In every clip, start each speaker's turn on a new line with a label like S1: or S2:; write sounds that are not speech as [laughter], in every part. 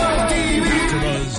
S1: AfterBuzz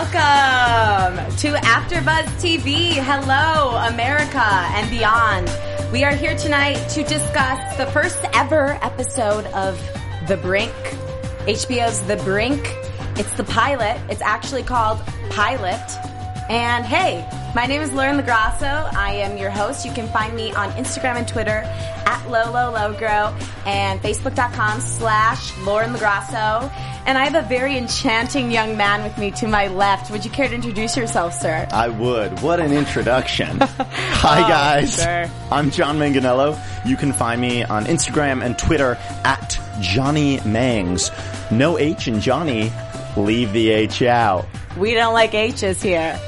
S2: Welcome to AfterBuzz TV. Hello, America and beyond. We are here tonight to discuss the first ever episode of The Brink, HBO's The Brink. It's the pilot. It's actually called Pilot. And hey, my name is Lauren Lagrasso. I am your host. You can find me on Instagram and Twitter at lolologro and facebook.com slash Lauren Lagrasso. And I have a very enchanting young man with me to my left. Would you care to introduce yourself, sir?
S3: I would. What an
S2: [laughs]
S3: introduction. Hi, guys.
S2: Oh, sure.
S3: I'm John Manganello. You can find me on Instagram and Twitter at Johnny Mangs. No H in Johnny. Leave the H out.
S2: We don't like H's here.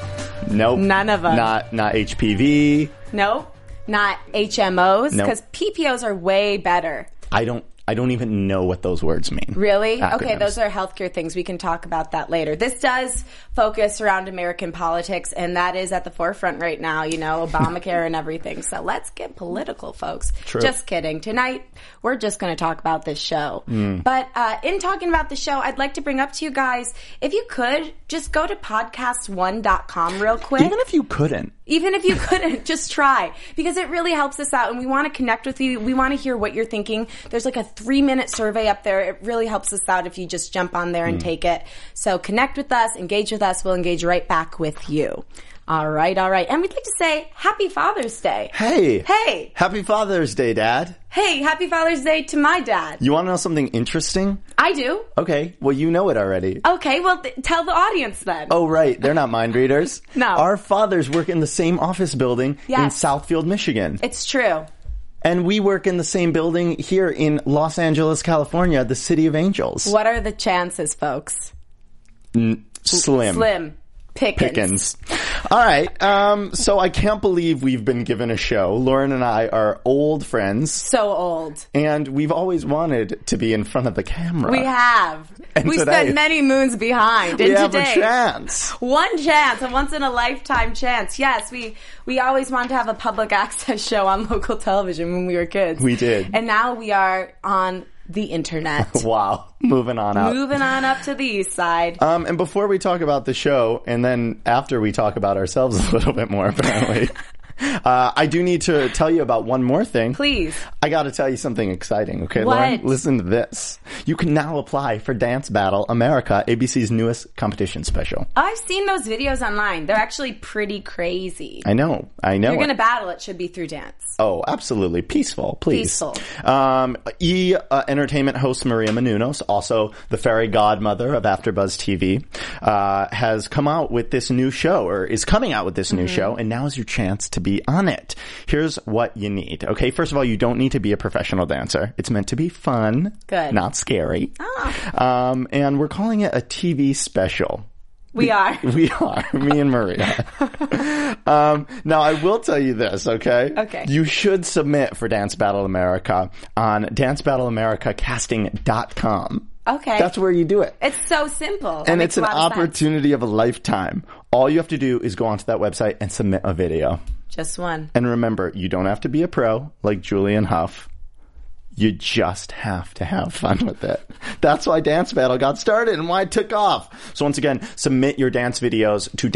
S3: Nope.
S2: None of 'em.
S3: Not, not HPV.
S2: Nope. Not HMOs,
S3: Nope.
S2: because PPOs are way better.
S3: I don't, I don't even know what those words mean.
S2: Really? Okay,
S3: Acronyms.
S2: those are healthcare things. We can talk about that later. This does focus around American politics, and that is at the forefront right now, you know, Obamacare and everything. So let's get political, folks.
S3: True.
S2: Just kidding. Tonight, we're just going to talk about this show.
S3: Mm.
S2: But uh, in talking about the show, I'd like to bring up to you guys if you could just go to podcast1.com real quick
S3: Even if you couldn't.
S2: even if you [laughs] couldn't, just try because it really helps us out and we want to connect with you. We want to hear what you're thinking. There's like a three minute survey up there. It really helps us out if you just jump on there and
S3: Mm.
S2: take it. So connect with us, engage with us. We'll engage right back with you. All right. All right. And we'd like to say happy Father's Day.
S3: Hey.
S2: Hey.
S3: Happy Father's Day, Dad.
S2: Hey, happy Father's Day to my dad.
S3: You want to know something interesting?
S2: I do.
S3: Okay. Well, you know it already.
S2: Okay. Well, th- tell the audience then.
S3: Oh, right. They're not mind readers.
S2: [laughs] No.
S3: Our fathers work in the same office building in
S2: Yes.
S3: Southfield, Michigan.
S2: It's true.
S3: and we work in the same building here in Los Angeles, California, the city of angels.
S2: What are the chances, folks?
S3: Slim.
S2: Slim. Pickens.
S3: Pickens. All right. Um, so I can't believe we've been given a show. Lauren and I are old friends,
S2: So old.
S3: and we've always wanted to be in front of the camera.
S2: We have.
S3: Uh, And
S2: we
S3: today-
S2: spent many moons behind.
S3: We
S2: and
S3: have
S2: today,
S3: a chance.
S2: one chance, a once in a lifetime chance. Yes, we we always wanted to have a public [laughs] access show on local television when we were kids.
S3: We did.
S2: and now we are on the internet.
S3: [laughs] Wow. Moving on up.
S2: Moving on up to the east side.
S3: Um, and before we talk about the show, and then after we talk about ourselves [laughs] a little bit more,
S2: [laughs]
S3: apparently, uh, I do need to tell you about one more thing.
S2: Please.
S3: I got to tell you something exciting, okay,
S2: What?
S3: Lauren? Listen to this. You can now apply for Dance Battle America, ABC's newest competition special.
S2: I've seen those videos online. They're actually pretty crazy.
S3: I know, I know.
S2: You're
S3: it.
S2: going to battle. It should be through dance.
S3: Oh, absolutely. Peaceful, please.
S2: Peaceful.
S3: Um, e uh, Entertainment host Maria Menounos, also the fairy godmother of AfterBuzz TV, uh, has come out with this new show, or is coming out with this
S2: Mm-hmm.
S3: new show, and now is your chance to be on it. Here's what you need. Okay, first of all, you don't need to be a professional dancer. It's meant to be fun,
S2: Good. Ah.
S3: not scary. Um, and we're calling it a TV special.
S2: We are.
S3: [laughs] We are, me and Maria. [laughs] um, now, I will tell you this, okay?
S2: Okay.
S3: You should submit for Dance Battle America on dancebattleamericacasting.com.
S2: Okay.
S3: That's where you do it.
S2: it's so simple. That
S3: and
S2: makes
S3: it's an
S2: a lot of sense.
S3: opportunity of a lifetime. All you have to do is go onto that website and submit a video.
S2: Just one.
S3: And remember, you don't have to be a pro like Julian Huff. You just have to have fun with it. That's why Dance Battle got started and why it took off. So once again, submit your dance videos to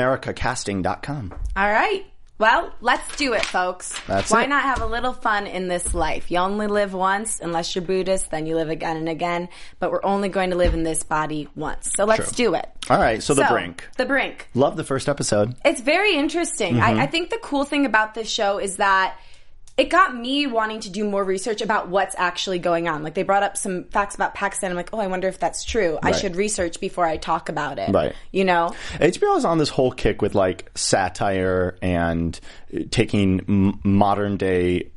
S3: dancebattleamericacasting.com.
S2: All right. Well, let's do it, folks.
S3: That's
S2: Why
S3: it.
S2: not have a little fun in this life? You only live once, unless you're Buddhist, then you live again and again. But we're only going to live in this body once. So let's do it.
S3: All right, so The Brink.
S2: The brink.
S3: Love the first episode. Mm-hmm.
S2: It's very interesting. I, I think the cool thing about this show is that it got me wanting to do more research about what's actually going on. Like they brought up some facts about Pakistan. I'm like, oh, I wonder if that's true. I
S3: Right.
S2: should research before I talk about it.
S3: Right.
S2: You know?
S3: HBO is on this whole kick with like satire and uh, taking m- modern day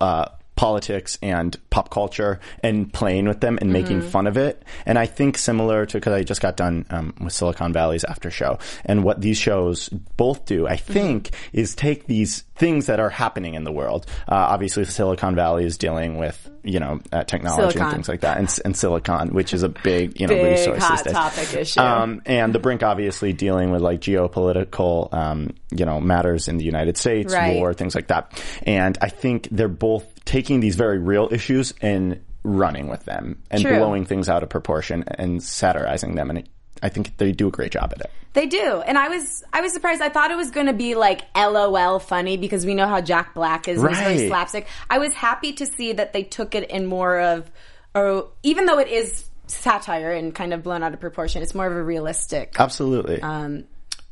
S3: uh, politics and pop culture and playing with them
S2: Mm-hmm.
S3: and making fun of it. And I think similar to because I just got done um, with Silicon Valley's after show, and what these shows both do, I
S2: Mm-hmm.
S3: think, is take these things that are happening in the world. Uh, obviously, Silicon Valley is dealing with you know uh, technology
S2: Silicon.
S3: and things like that, and, s- and silicon, which is a big you know
S2: Big
S3: resource
S2: hot
S3: these days.
S2: topic issue.
S3: Um, and the brink, obviously, dealing with like geopolitical, um, you know, matters in the United States,
S2: Right.
S3: war, things like that. And I think they're both taking these very real issues and running with them and
S2: True.
S3: blowing things out of proportion and satirizing them. And it, I think they do a great job at it.
S2: They do, and I was I was surprised. I thought it was going to be like LOL funny because we know how Jack Black is. and He's very
S3: Right.
S2: slapstick. I was happy to see that they took it in more of, or even though it is satire and kind of blown out of proportion, it's more of a realistic
S3: Uh- Absolutely.
S2: um,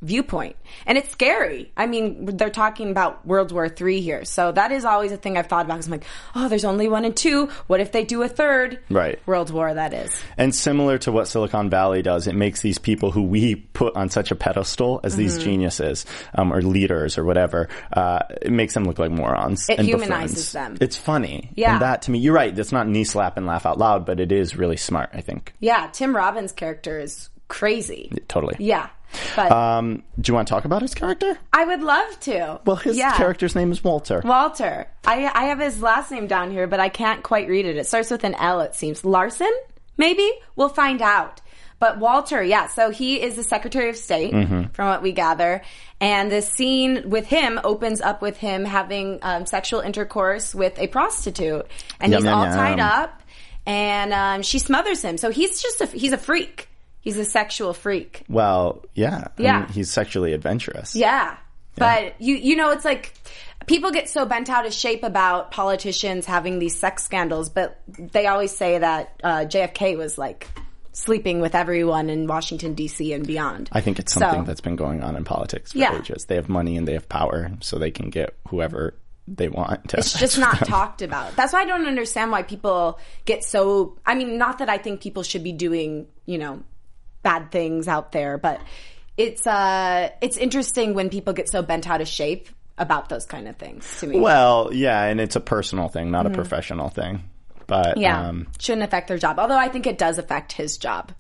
S2: viewpoint, and it's scary. I mean, they're talking about World War III here, so that is always a thing I've thought about. 'cause I'm like, oh, there's only one and two. What if they do a third?
S3: Right.
S2: World War that is.
S3: And similar to what Silicon Valley does, it makes these people who we put on such a pedestal as these
S2: Mm-hmm.
S3: geniuses um, or leaders or whatever, uh, it makes them look like morons.
S2: It
S3: and buffoons.
S2: humanizes them.
S3: It's funny.
S2: Yeah.
S3: And that to me, you're right. That's not knee slap and laugh out loud, but it is really smart. I think
S2: Yeah, Tim Robbins' character is crazy.
S3: totally.
S2: Yeah. But
S3: Um, do you want to talk about his character?
S2: I would love to.
S3: Well, his
S2: Yeah.
S3: character's name is Walter.
S2: Walter. I I have his last name down here, but I can't quite read it. It starts with an L, it seems. Larson? Maybe? We'll find out. But Walter, yeah, so he is the Secretary of State,
S3: Mm-hmm.
S2: from what we gather. And the scene with him opens up with him having um, sexual intercourse with a prostitute. And
S3: Yum,
S2: he's
S3: yum,
S2: all
S3: yum.
S2: tied up, and um, she smothers him. So he's just a, he's a freak. He's a sexual freak.
S3: well, yeah. I
S2: Yeah.
S3: mean, he's sexually adventurous.
S2: Yeah. But you you know it's like people get so bent out of shape about politicians having these sex scandals, but they always say that uh, JFK was like sleeping with everyone in Washington D.C. and beyond.
S3: I think it's something
S2: So-
S3: that's been going on in politics for
S2: Yeah.
S3: ages. They have money and they have power, so they can get whoever they want. To [laughs]
S2: it's just not talked about. That's why I don't understand why people get so. I mean, not that I think people should be doing you know bad things out there, but it's uh it's interesting when people get so bent out of shape about those kind of things. To me,
S3: Well, yeah, and it's a personal thing, not a professional thing. But
S2: Mm-hmm. Yeah.
S3: um,
S2: Shouldn't affect their job. Although I think it does affect his job.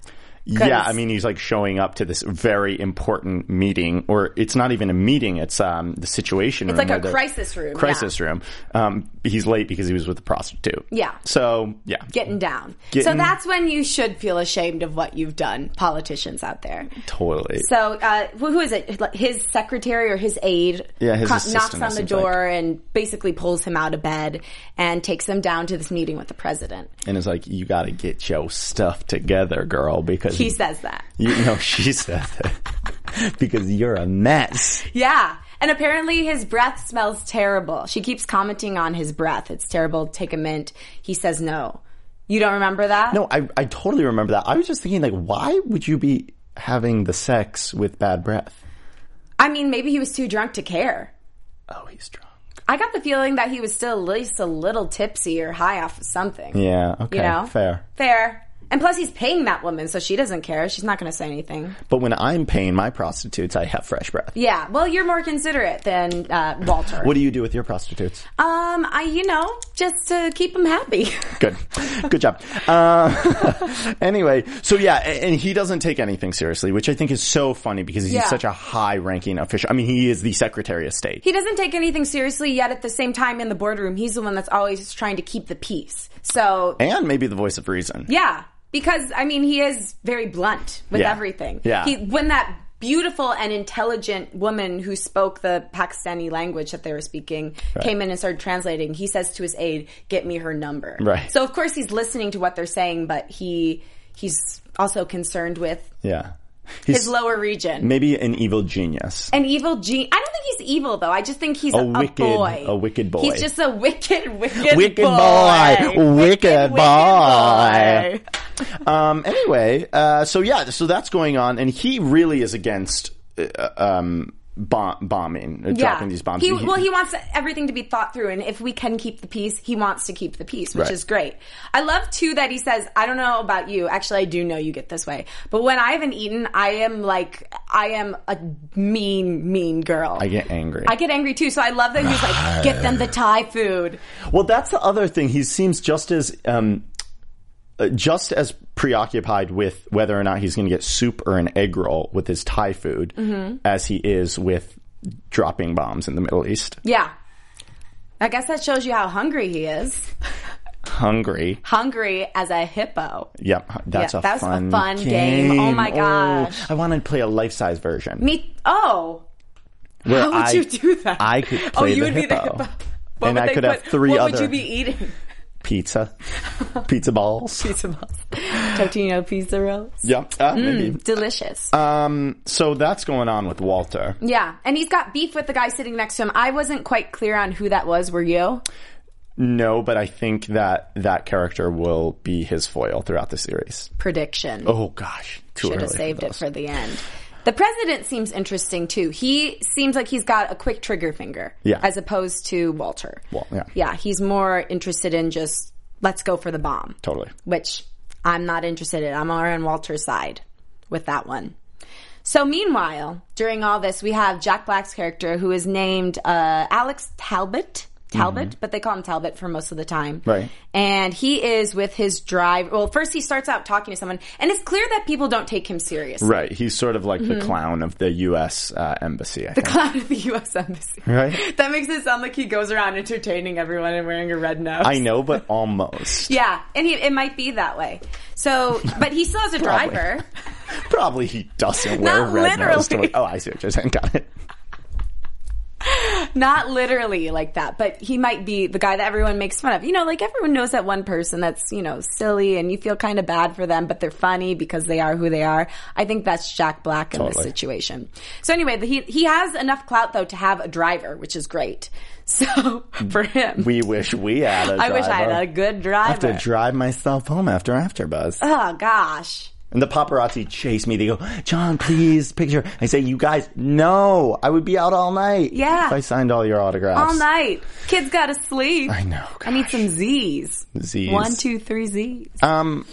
S3: yeah,
S2: 'Cause-
S3: I mean, he's like showing up to this very important meeting, or it's not even a meeting; it's um, the situation. It's
S2: like a crisis room,
S3: Crisis room. Um, he's late because he was with a prostitute.
S2: Yeah.
S3: So yeah,
S2: Getting down. so
S3: Getting-
S2: that's when you should feel ashamed of what you've done, politicians out there.
S3: totally.
S2: So uh, who who is it? His secretary or his aide
S3: Yeah, his
S2: co-
S3: assistant,
S2: knocks
S3: it
S2: on the
S3: seems
S2: door and basically pulls him out of bed and takes him down to this meeting with the president.
S3: and it's like you got to get your stuff together, girl, because
S2: He says that.
S3: you know she said that [laughs] because you're a mess.
S2: Yeah. And apparently his breath smells terrible. She keeps commenting on his breath. It's terrible. Take a mint. He says no. You don't remember that?
S3: No, I I totally remember that. I was just thinking, like, why would you be having the sex with bad breath?
S2: I mean, maybe he was too drunk to care.
S3: Oh, he's drunk.
S2: I got the feeling that he was still at least a little tipsy or high off of something.
S3: Yeah. Okay.
S2: You know?
S3: Fair.
S2: Fair. And plus, he's paying that woman, so she doesn't care. She's not going to say anything.
S3: But when I'm paying my prostitutes, I have fresh breath.
S2: Yeah. Well, you're more considerate than uh, Walter.
S3: What do you do with your prostitutes?
S2: um, I, you know, just to keep him happy. [laughs]
S3: Good. Good job. Uh, [laughs] anyway, so yeah, a- and he doesn't take anything seriously, which I think is so funny because he's
S2: Yeah.
S3: such a high ranking official. I mean, he is the Secretary of State.
S2: he doesn't take anything seriously. Yet at the same time, in the boardroom, he's the one that's always trying to keep the peace. So
S3: and maybe the voice of reason.
S2: Yeah, because I mean, he is very blunt with
S3: Yeah.
S2: everything.
S3: Yeah.
S2: He when that beautiful and intelligent woman who spoke the Pakistani language that they were speaking came in and started translating, he says to his aide, "Get me her number."
S3: Right.
S2: So of course he's listening to what they're saying, but he he's also concerned with
S3: Yeah. He's
S2: his lower region.
S3: maybe an evil genius.
S2: An evil gene. I don't think he's evil though. I just think he's a,
S3: wicked-
S2: boy.
S3: a wicked boy.
S2: He's just a wicked, wicked,
S3: Wicked
S2: boy.
S3: boy. Wicked boy.
S2: boy.
S3: um, anyway, uh, so yeah, so that's going on, and he really is against uh, um, bomb, bombing, uh, dropping these bombs.
S2: He, well, he wants everything to be thought through, and if we can keep the peace, he wants to keep the peace, which
S3: Right.
S2: is great. I love too that he says, "I don't know about you. Actually, I do know you get this way, but when I haven't eaten, I am like, I am a mean, mean girl.
S3: I get angry.
S2: I get angry too. So I love that he's like, get them the Thai food.
S3: Well, that's the other thing. He seems just as um, uh, just as preoccupied with whether or not he's going to get soup or an egg roll with his Thai food
S2: Mm-hmm.
S3: as he is with dropping bombs in the Middle East.
S2: Yeah, I guess that shows you how hungry he is.
S3: Hungry.
S2: Hungry as a hippo.
S3: Yep, that's
S2: Yeah,
S3: a
S2: that was a
S3: fun
S2: fun game. Oh my gosh.
S3: I want to play a life size version.
S2: Me. Oh,
S3: where
S2: how would
S3: I-
S2: you do that?
S3: I could
S2: oh,
S3: play the
S2: you would be the
S3: hippo.
S2: hippo. What
S3: And
S2: would
S3: I
S2: they
S3: could have
S2: put-
S3: three
S2: what
S3: other-
S2: would you be eating?
S3: pizza, pizza balls.
S2: pizza Mm. balls. Totino pizza rolls.
S3: Yep, uh, maybe.
S2: Delicious.
S3: Um, so that's going on with Walter.
S2: yeah. And he's got beef with the guy sitting next to him. I wasn't quite clear on who that was. Were you?
S3: No, but I think that that character will be his foil throughout the series.
S2: Prediction.
S3: Oh gosh, too
S2: Should
S3: early.
S2: have saved it
S3: those.
S2: for the end. The president seems interesting too. He seems like he's got a quick trigger finger.
S3: Yeah.
S2: As opposed to Walter.
S3: Well, yeah.
S2: Yeah. He's more interested in just, let's go for the bomb.
S3: Totally.
S2: which I'm not interested in. I'm on Walter's side with that one. So, meanwhile, during all this, we have Jack Black's character who is named uh, Alex Talbot. Talbot, but they call him Talbot for most of the time.
S3: Mm-hmm. Right.
S2: And he is with his drive. Well, first he starts out talking to someone, and it's clear that people don't take him seriously. [laughs]
S3: Right, he's sort of like the clown of the U.S. Uh, embassy. I think.
S2: Out of Mm-hmm. the U.S. Embassy.
S3: Right.
S2: That makes it sound like he goes around entertaining everyone and wearing a red nose.
S3: I know, but almost.
S2: Yeah, and he, it might be that way. So, but he still has a
S3: [laughs] Probably.
S2: driver.
S3: [laughs] Probably he doesn't wear
S2: Not
S3: red nose.
S2: literally.
S3: To, oh, I see what you're saying. [laughs] Got it.
S2: not literally like that, but he might be the guy that everyone makes fun of. You know, like everyone knows that one person that's, you know, silly and you feel kind of bad for them, but they're funny because they are who they are. I think that's Jack Black in this
S3: Totally.
S2: situation. So anyway, the, he, he has enough clout though to have a driver, which is great. [laughs] So for him,
S3: We wish we had a
S2: I wish I had a
S3: driver.
S2: good
S3: I have
S2: driver.
S3: to drive myself home after AfterBuzz.
S2: oh gosh.
S3: And the paparazzi chase me. They go, John, please, picture. I say, you guys, no. I would be out all night.
S2: Yeah.
S3: If I signed all your autographs.
S2: All night. Kids gotta sleep.
S3: I know.
S2: I need some Z's.
S3: Z's.
S2: One, two, three Z's.
S3: Um,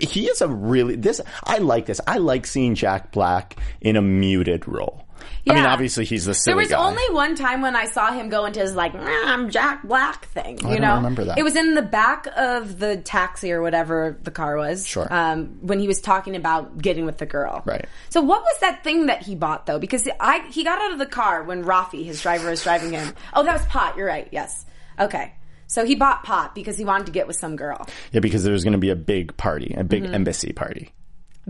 S3: he is a really this. I like this. I like seeing Jack Black in a muted role. I mean,
S2: Yeah.
S3: obviously he's the silly
S2: There was
S3: guy.
S2: only one time when I saw him go into his like "Nah, I'm Jack Black thing. you
S3: don't
S2: know,
S3: remember that.
S2: It was in the back of the taxi or whatever the car was.
S3: Sure.
S2: Um, when he was talking about getting with the girl.
S3: Right.
S2: So what was that thing that he bought though? Because I he got out of the car when Rafi, his driver, was driving him. Oh, that was pot. You're right. Yes. Okay. So he bought pot because he wanted to get with some girl.
S3: yeah, because there was going to be a big party, a
S2: Mm-hmm.
S3: big embassy party.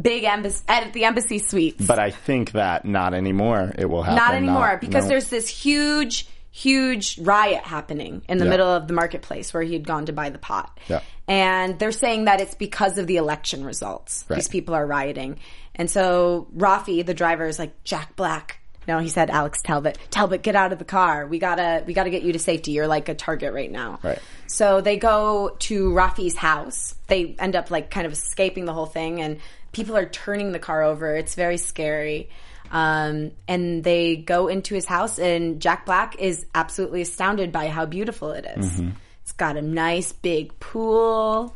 S2: Big embassy at the embassy suites.
S3: But I think that not anymore. It will happen.
S2: not anymore because
S3: no.
S2: there's this huge huge riot happening in the
S3: Yeah.
S2: middle of the marketplace where he had gone to buy the pot
S3: Yeah.
S2: and they're saying that it's because of the election results these
S3: Right.
S2: people are rioting and so rafi the driver is like jack black no he said alex talbot talbot get out of the car we gotta we gotta get you to safety you're like a target right now
S3: Right.
S2: so they go to Rafi's house. They end up like kind of escaping the whole thing, and people are turning the car over. It's very scary. Um, and they go into his house, and Jack Black is absolutely astounded by how beautiful it is.
S3: Mm-hmm.
S2: It's got a nice big pool.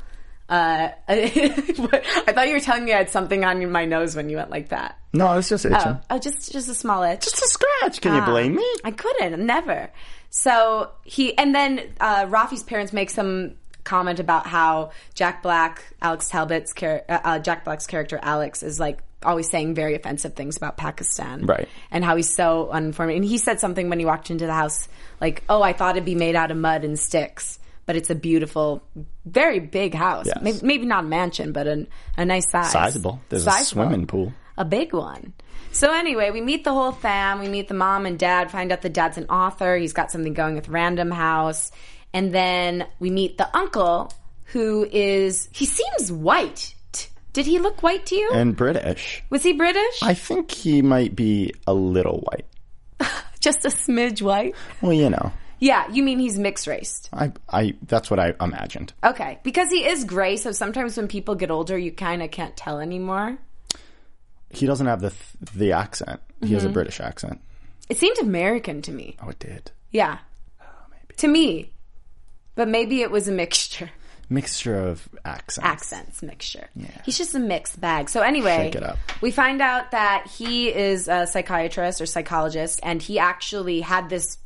S2: Uh, [laughs] I thought you were telling me I had something on my nose when you went like that.
S3: no. It's just itching.
S2: Oh, Ah. oh, just just a small itch.
S3: It's a scratch. Can you blame me?
S2: Um, I couldn't, never. So he, and then uh, Rafi's parents make some comment about how Jack Black, Alex Talbot's char- uh, uh, Jack Black's character Alex is like always saying very offensive things about Pakistan,
S3: Right.
S2: And how he's so uninformed. And he said something when he walked into the house, like, "Oh, I thought it'd be made out of mud and sticks." But it's a beautiful, very big house.
S3: Yes.
S2: Maybe, maybe not a mansion, but an, a nice size.
S3: Sizable. There's a
S2: Sizable
S3: swimming pool.
S2: a big one. So anyway, we meet the whole fam. We meet the mom and dad. Find out the dad's an author. He's got something going with Random House, and then we meet the uncle, who is he seems white. Did he look white to you?
S3: And British.
S2: Was he British?
S3: I think he might be a little white.
S2: Just a smidge white.
S3: Well, you know,
S2: Yeah, you mean he's mixed raced?
S3: I, I. That's what I imagined.
S2: Okay, because he is gray. So sometimes when people get older, you kind of can't tell anymore. Mm-hmm.
S3: He doesn't have the th- the accent. He has a British accent.
S2: It seemed American to me.
S3: Oh, it did.
S2: Yeah. To me. But maybe it was a mixture.
S3: Mixture of accents.
S2: Accents mixture. Yeah. He's just a mixed bag. So anyway,
S3: Shake it up.
S2: we find out that he is a psychiatrist or psychologist and he actually had this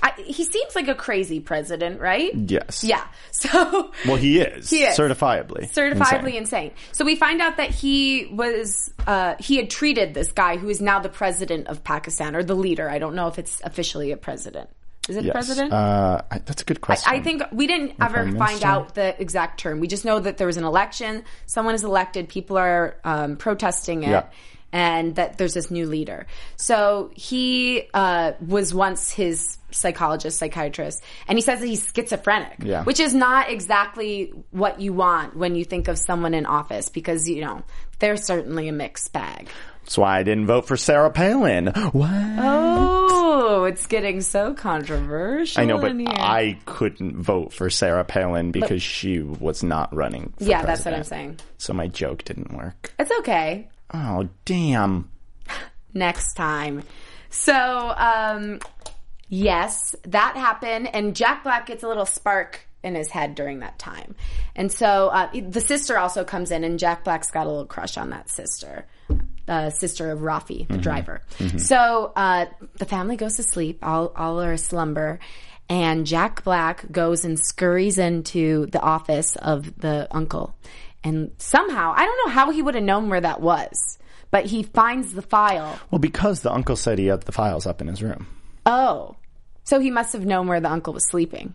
S2: I, he seems like a crazy president, right?
S3: Yes.
S2: Yeah. [laughs] So
S3: Well, he is.
S2: He is.
S3: Certifiably.
S2: certifiably
S3: Insane.
S2: insane. So we find out that he was uh, he had treated this guy who is now the president of Pakistan or the leader. I don't know if it's officially a president. Is it
S3: Yes.
S2: president?
S3: Uh, I, that's a good question.
S2: I think we didn't ever
S3: prime
S2: find
S3: minister?
S2: out the exact term. We just know that there was an election. Someone is elected. People are um, protesting it.
S3: Yeah.
S2: And that there's this new leader. So he uh, was once his psychologist, psychiatrist, and he says that he's schizophrenic,
S3: Yeah.
S2: which is not exactly what you want when you think of someone in office because, you know, they're certainly a mixed bag.
S3: That's why I didn't vote for Sarah Palin. What?
S2: Oh, it's getting so controversial.
S3: I know, but
S2: in here.
S3: I couldn't vote for Sarah Palin because she was not running. For
S2: Yeah, that's what I'm
S3: president.
S2: saying.
S3: So my joke didn't work.
S2: It's okay.
S3: Oh, damn.
S2: next time. So, um, yes, that happened, and Jack Black gets a little spark in his head during that time. And so uh, the sister also comes in, and Jack Black's got a little crush on that sister. Uh, sister of Rafi, the driver. So uh, the family goes to sleep, all, all are slumber, and Jack Black goes and scurries into the office of the uncle. And somehow, I don't know how he would have known where that was, but he finds the file.
S3: Well, because the uncle said he had the files up in his room.
S2: Oh. So he must have known where the uncle was sleeping.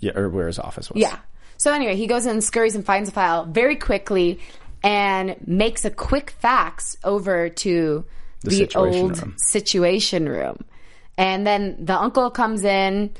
S3: Yeah, or where his office was.
S2: Yeah. So anyway, he goes in and scurries and finds the file very quickly and makes a quick fax over to the,
S3: situation
S2: old
S3: room.
S2: situation room. And then the uncle comes in,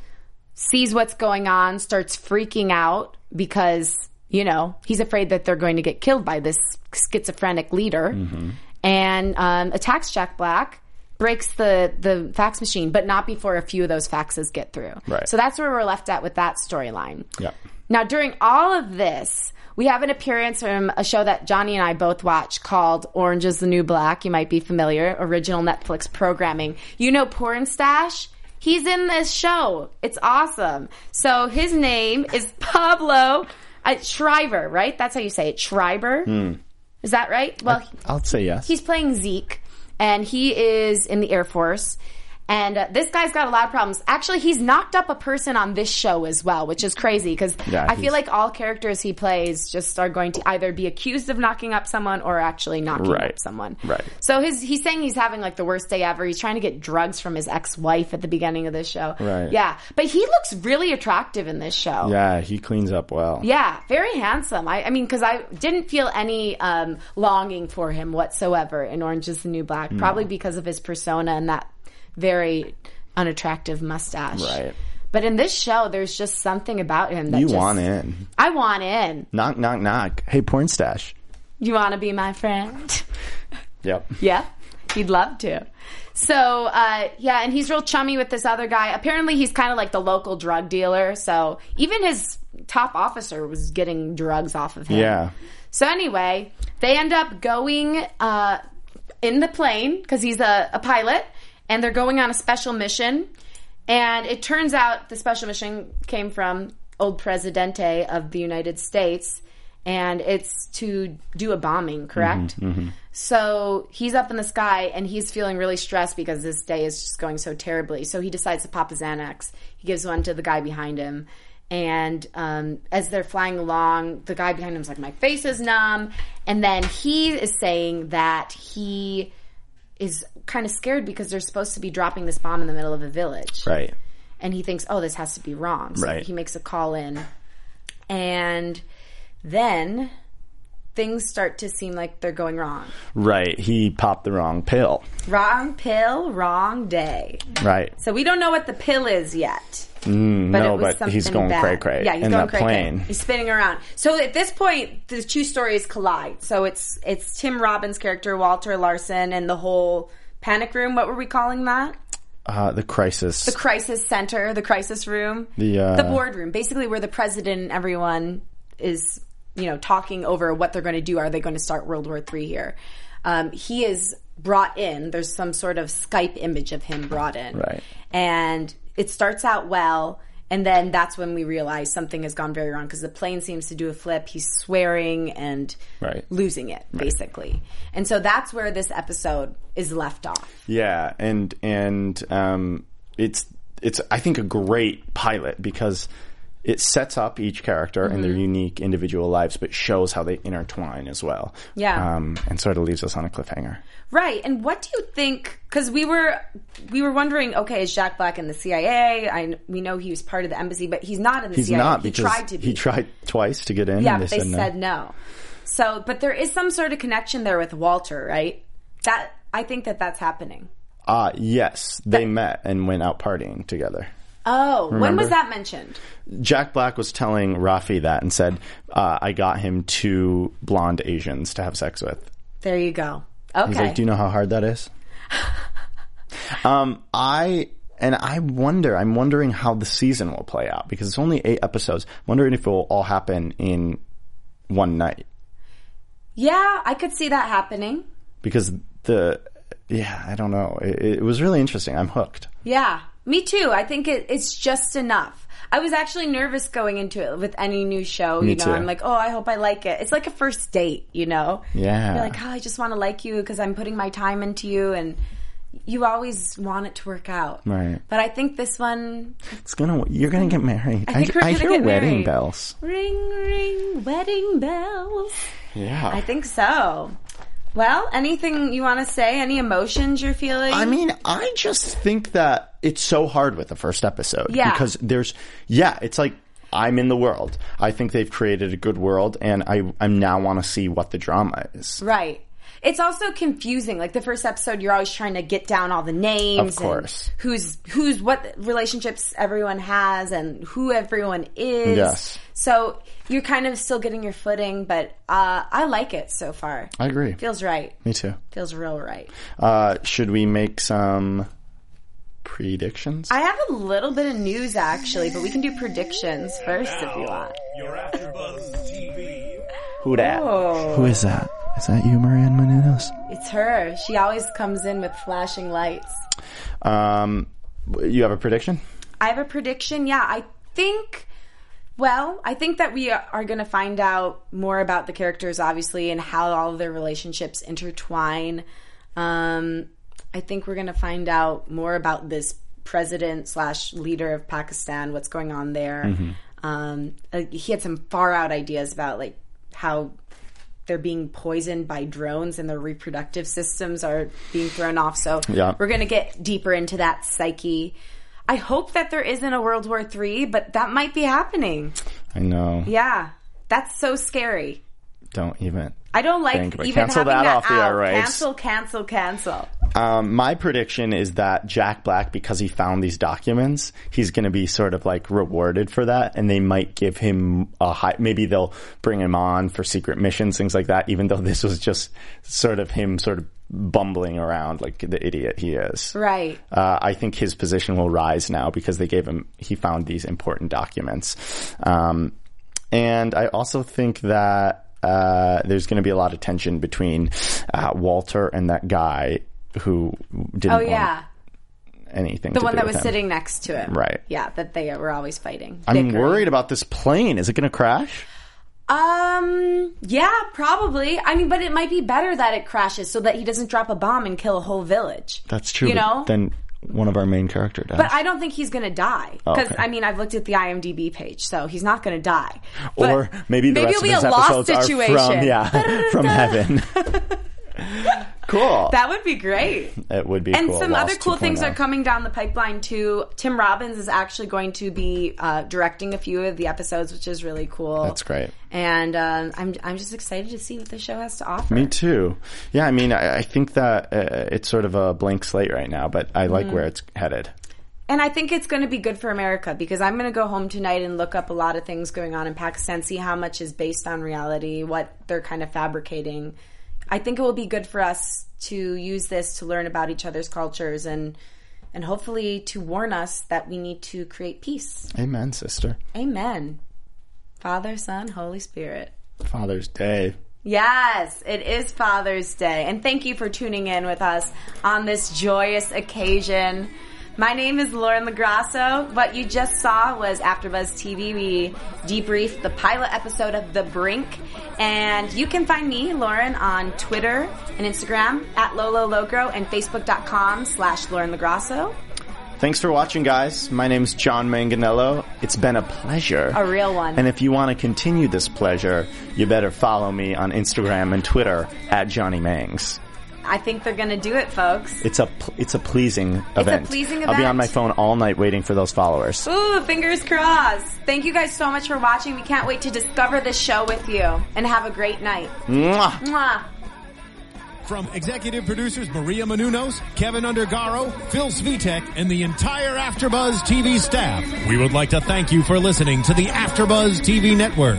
S2: sees what's going on, starts freaking out because, you know, he's afraid that they're going to get killed by this schizophrenic leader
S3: Mm-hmm.
S2: and um, attacks Jack Black. Breaks the, the fax machine, but not before a few of those faxes get through.
S3: Right.
S2: So that's where we're left at with that storyline.
S3: Yeah.
S2: Now, during all of this, we have an appearance from a show that Johnny and I both watch called Orange is the New Black. You might be familiar, original Netflix programming. You know Porn Stash? He's in this show. It's awesome. So his name is Pablo uh, Shriver, right? That's how you say it. Shriver? Is that right? Well,
S3: I'll say yes.
S2: he's playing Zeke, and he is in the Air Force. And uh, this guy's got a lot of problems. Actually, he's knocked up a person on this show as well, which is crazy because
S3: Yeah,
S2: I feel
S3: he's-
S2: like all characters he plays just are going to either be accused of knocking up someone or actually knocking up
S3: Right.
S2: someone.
S3: Right.
S2: So his he's saying he's having like the worst day ever. He's trying to get drugs from his ex wife at the beginning of this show.
S3: Right.
S2: Yeah, but he looks really attractive in this show.
S3: yeah, he cleans up well.
S2: Yeah, very handsome. I, I mean, because I didn't feel any um, longing for him whatsoever in Orange is the New Black, probably because of his persona and that very unattractive mustache.
S3: Right.
S2: But in this show, there's just something about him that
S3: You
S2: just-
S3: want in.
S2: I want in.
S3: Knock, knock, knock. Hey, porn stash.
S2: You want to be my friend? [laughs]
S3: Yep.
S2: Yeah, he'd love to. So, uh, yeah, and he's real chummy with this other guy. Apparently, he's kind of like the local drug dealer. So, even his top officer was getting drugs off of him.
S3: Yeah.
S2: So, anyway, they end up going uh, in the plane because he's a, a pilot and they're going on a special mission. And it turns out the special mission came from old Presidente of the United States. And it's to do a bombing, correct? So he's up in the sky and he's feeling really stressed because this day is just going so terribly. So he decides to pop his Xanax. He gives one to the guy behind him. And um, as they're flying along, the guy behind him's like, My face is numb. And then he is saying that he is kind of scared because they're supposed to be dropping this bomb in the middle of a village
S3: Right.
S2: and he thinks, "Oh, this has to be wrong." So
S3: Right.
S2: he makes a call in, and then things start to seem like they're going wrong.
S3: Right. He popped the wrong pill.
S2: Wrong pill, wrong day.
S3: Right.
S2: So we don't know what the pill is yet.
S3: Mm, no,
S2: it was
S3: but he's
S2: something
S3: going
S2: bad.
S3: cray cray
S2: Yeah, he's
S3: in
S2: going
S3: that
S2: cray
S3: plane.
S2: He's spinning around. So at this point, the two stories collide. So it's it's Tim Robbins' character Walter Larson and the whole panic room. What were we calling that?
S3: Uh, the crisis.
S2: the crisis center, the crisis room,
S3: The, uh,
S2: the boardroom, basically where the president and everyone is, you know, talking over what they're going to do. Are they going to start World War III here? um, he is brought in. There's some sort of Skype image of him brought in.
S3: Right.
S2: And it starts out well. And then that's when we realize something has gone very wrong because the plane seems to do a flip. He's swearing and
S3: Right.
S2: losing it, basically. And so that's where this episode is left off.
S3: Yeah, and and um, it's it's I think a great pilot because it sets up each character and
S2: Mm-hmm.
S3: their unique individual lives, but shows how they intertwine as well.
S2: Yeah.
S3: um, and sort of leaves us on a cliffhanger.
S2: Right. And what do you think? Because we were we were wondering, okay, is Jack Black in the CIA? I, we know he was part of the embassy, but he's not in the
S3: He's
S2: CIA.
S3: not
S2: he
S3: because
S2: tried to be.
S3: he tried twice to get in.
S2: Yeah,
S3: and
S2: but they said no. So, but there is some sort of connection there with Walter, right? That I think that that's happening.
S3: Ah, yes, they met and went out partying together.
S2: Oh, when was
S3: Remember?
S2: that mentioned?
S3: Jack Black was telling Rafi that and said, uh, "I got him two blonde Asians to have sex with."
S2: There you go. Okay.
S3: He's like, do you know how hard that is? um, I and I wonder. I'm wondering how the season will play out because it's only eight episodes. I'm wondering if it will all happen in one night
S2: yeah, I could see that happening.
S3: because the yeah, I don't know. It, it was really interesting. I'm hooked.
S2: Yeah, me too. I think it, it's just enough. I was actually nervous going into it with any new show. you know,
S3: too.
S2: I'm like, oh, I hope I like it. It's like a first date, you know?
S3: Yeah.
S2: You're like, oh, I just want to like you because I'm putting my time into you, and you always want it to work out.
S3: Right.
S2: But I think this one
S3: It's gonna you're gonna get married. I,
S2: think we're
S3: I
S2: gonna
S3: hear
S2: get
S3: wedding
S2: married.
S3: bells.
S2: Ring, ring, wedding bells.
S3: Yeah.
S2: I think so. Well, anything you want to say? Any emotions you're feeling?
S3: I mean, I just think that it's so hard with the first episode.
S2: Yeah.
S3: Because there's, yeah, it's like, I'm in the world. I think they've created a good world, and I, I now want to see what the drama is.
S2: right. It's also confusing. Like the first episode, you're always trying to get down all the
S3: Of
S2: names,
S3: course.
S2: and who's who's what relationships everyone has, and who everyone is.
S3: Yes.
S2: So you're kind of still getting your footing, but uh, I like it so far.
S3: I agree.
S2: Feels right.
S3: Me too.
S2: Feels real right.
S3: Uh, should we make some predictions?
S2: I have a little bit of news actually, but we can do predictions first if you want.
S1: Your AfterBuzz TV.
S3: Who that? Who is that? Is that you, Marianne Menounos?
S2: It's her. She always comes in with flashing lights.
S3: Um, you have a prediction?
S2: I have a prediction. Yeah, I think. Well, I think that we are going to find out more about the characters, obviously, and how all of their relationships intertwine. Um, I think we're going to find out more about this president slash leader of Pakistan, what's going on there.
S3: Mm-hmm.
S2: Um, uh, he had some far out ideas about like how they're being poisoned by drones and their reproductive systems are being thrown off. So
S3: Yeah.
S2: we're going to get deeper into that psyche. I hope that there isn't a World War III, but that might be happening.
S3: I know.
S2: Yeah, that's so scary.
S3: Don't even.
S2: I don't like
S3: Think about-
S2: even
S3: cancel
S2: having
S3: that
S2: that
S3: off the
S2: out.
S3: air rights.
S2: Cancel, cancel, cancel.
S3: Um, my prediction is that Jack Black, because he found these documents, he's going to be sort of like rewarded for that, and they might give him a high. Maybe they'll bring him on for secret missions, things like that. Even though this was just sort of him, sort of bumbling around like the idiot he is.
S2: Right.
S3: Uh, I think his position will rise now because they gave him. He found these important documents, um, and I also think that. Uh, there's going to be a lot of tension between uh, Walter and that guy who didn't
S2: Oh yeah,
S3: want anything.
S2: the one that was sitting next to him.
S3: Right.
S2: Yeah, that they were always fighting.
S3: I'm
S2: bickering.
S3: worried about this plane. Is it going to crash?
S2: Um. Yeah, probably. I mean, but it might be better that it crashes so that he doesn't drop a bomb and kill a whole village.
S3: That's true.
S2: You
S3: but
S2: know.
S3: then one of our main character dies.
S2: But I don't think he's going to die because
S3: Oh, Okay.
S2: I mean I've looked at the IMDb page, so he's not going to die. But
S3: or maybe the rest
S2: it'll be
S3: of his
S2: a lost
S3: episodes
S2: situation.
S3: are from
S2: [laughs]
S3: yeah from heaven. cool.
S2: That would be great.
S3: [laughs] it would be
S2: And
S3: cool.
S2: some
S3: Lost oh.
S2: other cool things
S3: 2.0.
S2: are coming down the pipeline too. Tim Robbins is actually going to be uh, directing a few of the episodes, which is really cool.
S3: That's great.
S2: And um, I'm I'm just excited to see what the show has to offer.
S3: Me too. Yeah, I mean, I, I think that uh, it's sort of a blank slate right now, but I like
S2: Mm-hmm.
S3: where it's headed.
S2: And I think it's going to be good for America because I'm going to go home tonight and look up a lot of things going on in Pakistan, see how much is based on reality, what they're kind of fabricating. I think it will be good for us to use this to learn about each other's cultures and and hopefully to warn us that we need to create peace.
S3: Amen, sister.
S2: Amen. Father, Son, Holy Spirit.
S3: Father's Day.
S2: Yes, it is Father's Day. And thank you for tuning in with us on this joyous occasion. My name is Lauren Lagrasso. What you just saw was AfterBuzz TV. We debriefed the pilot episode of The Brink. And you can find me, Lauren, on Twitter and Instagram at LoloLogro and Facebook.com slash Lauren Lagrasso.
S3: Thanks for watching, guys. My name's John Manganello. It's been a pleasure.
S2: A real one.
S3: And if you want to continue this pleasure, you better follow me on Instagram and Twitter at Johnny Mangs.
S2: I think they're going to do it, folks.
S3: It's a pl- it's a pleasing event.
S2: pleasing
S3: I'll be
S2: event.
S3: on my phone all night waiting for those followers.
S2: Ooh, fingers crossed. Thank you guys so much for watching. We can't wait to discover this show with you and have a great night.
S3: Mwah!
S2: Mwah.
S1: From executive producers Maria Manunos, Kevin Undergaro, Phil Svitek, and the entire Afterbuzz TV staff, we would like to thank you for listening to the Afterbuzz TV network.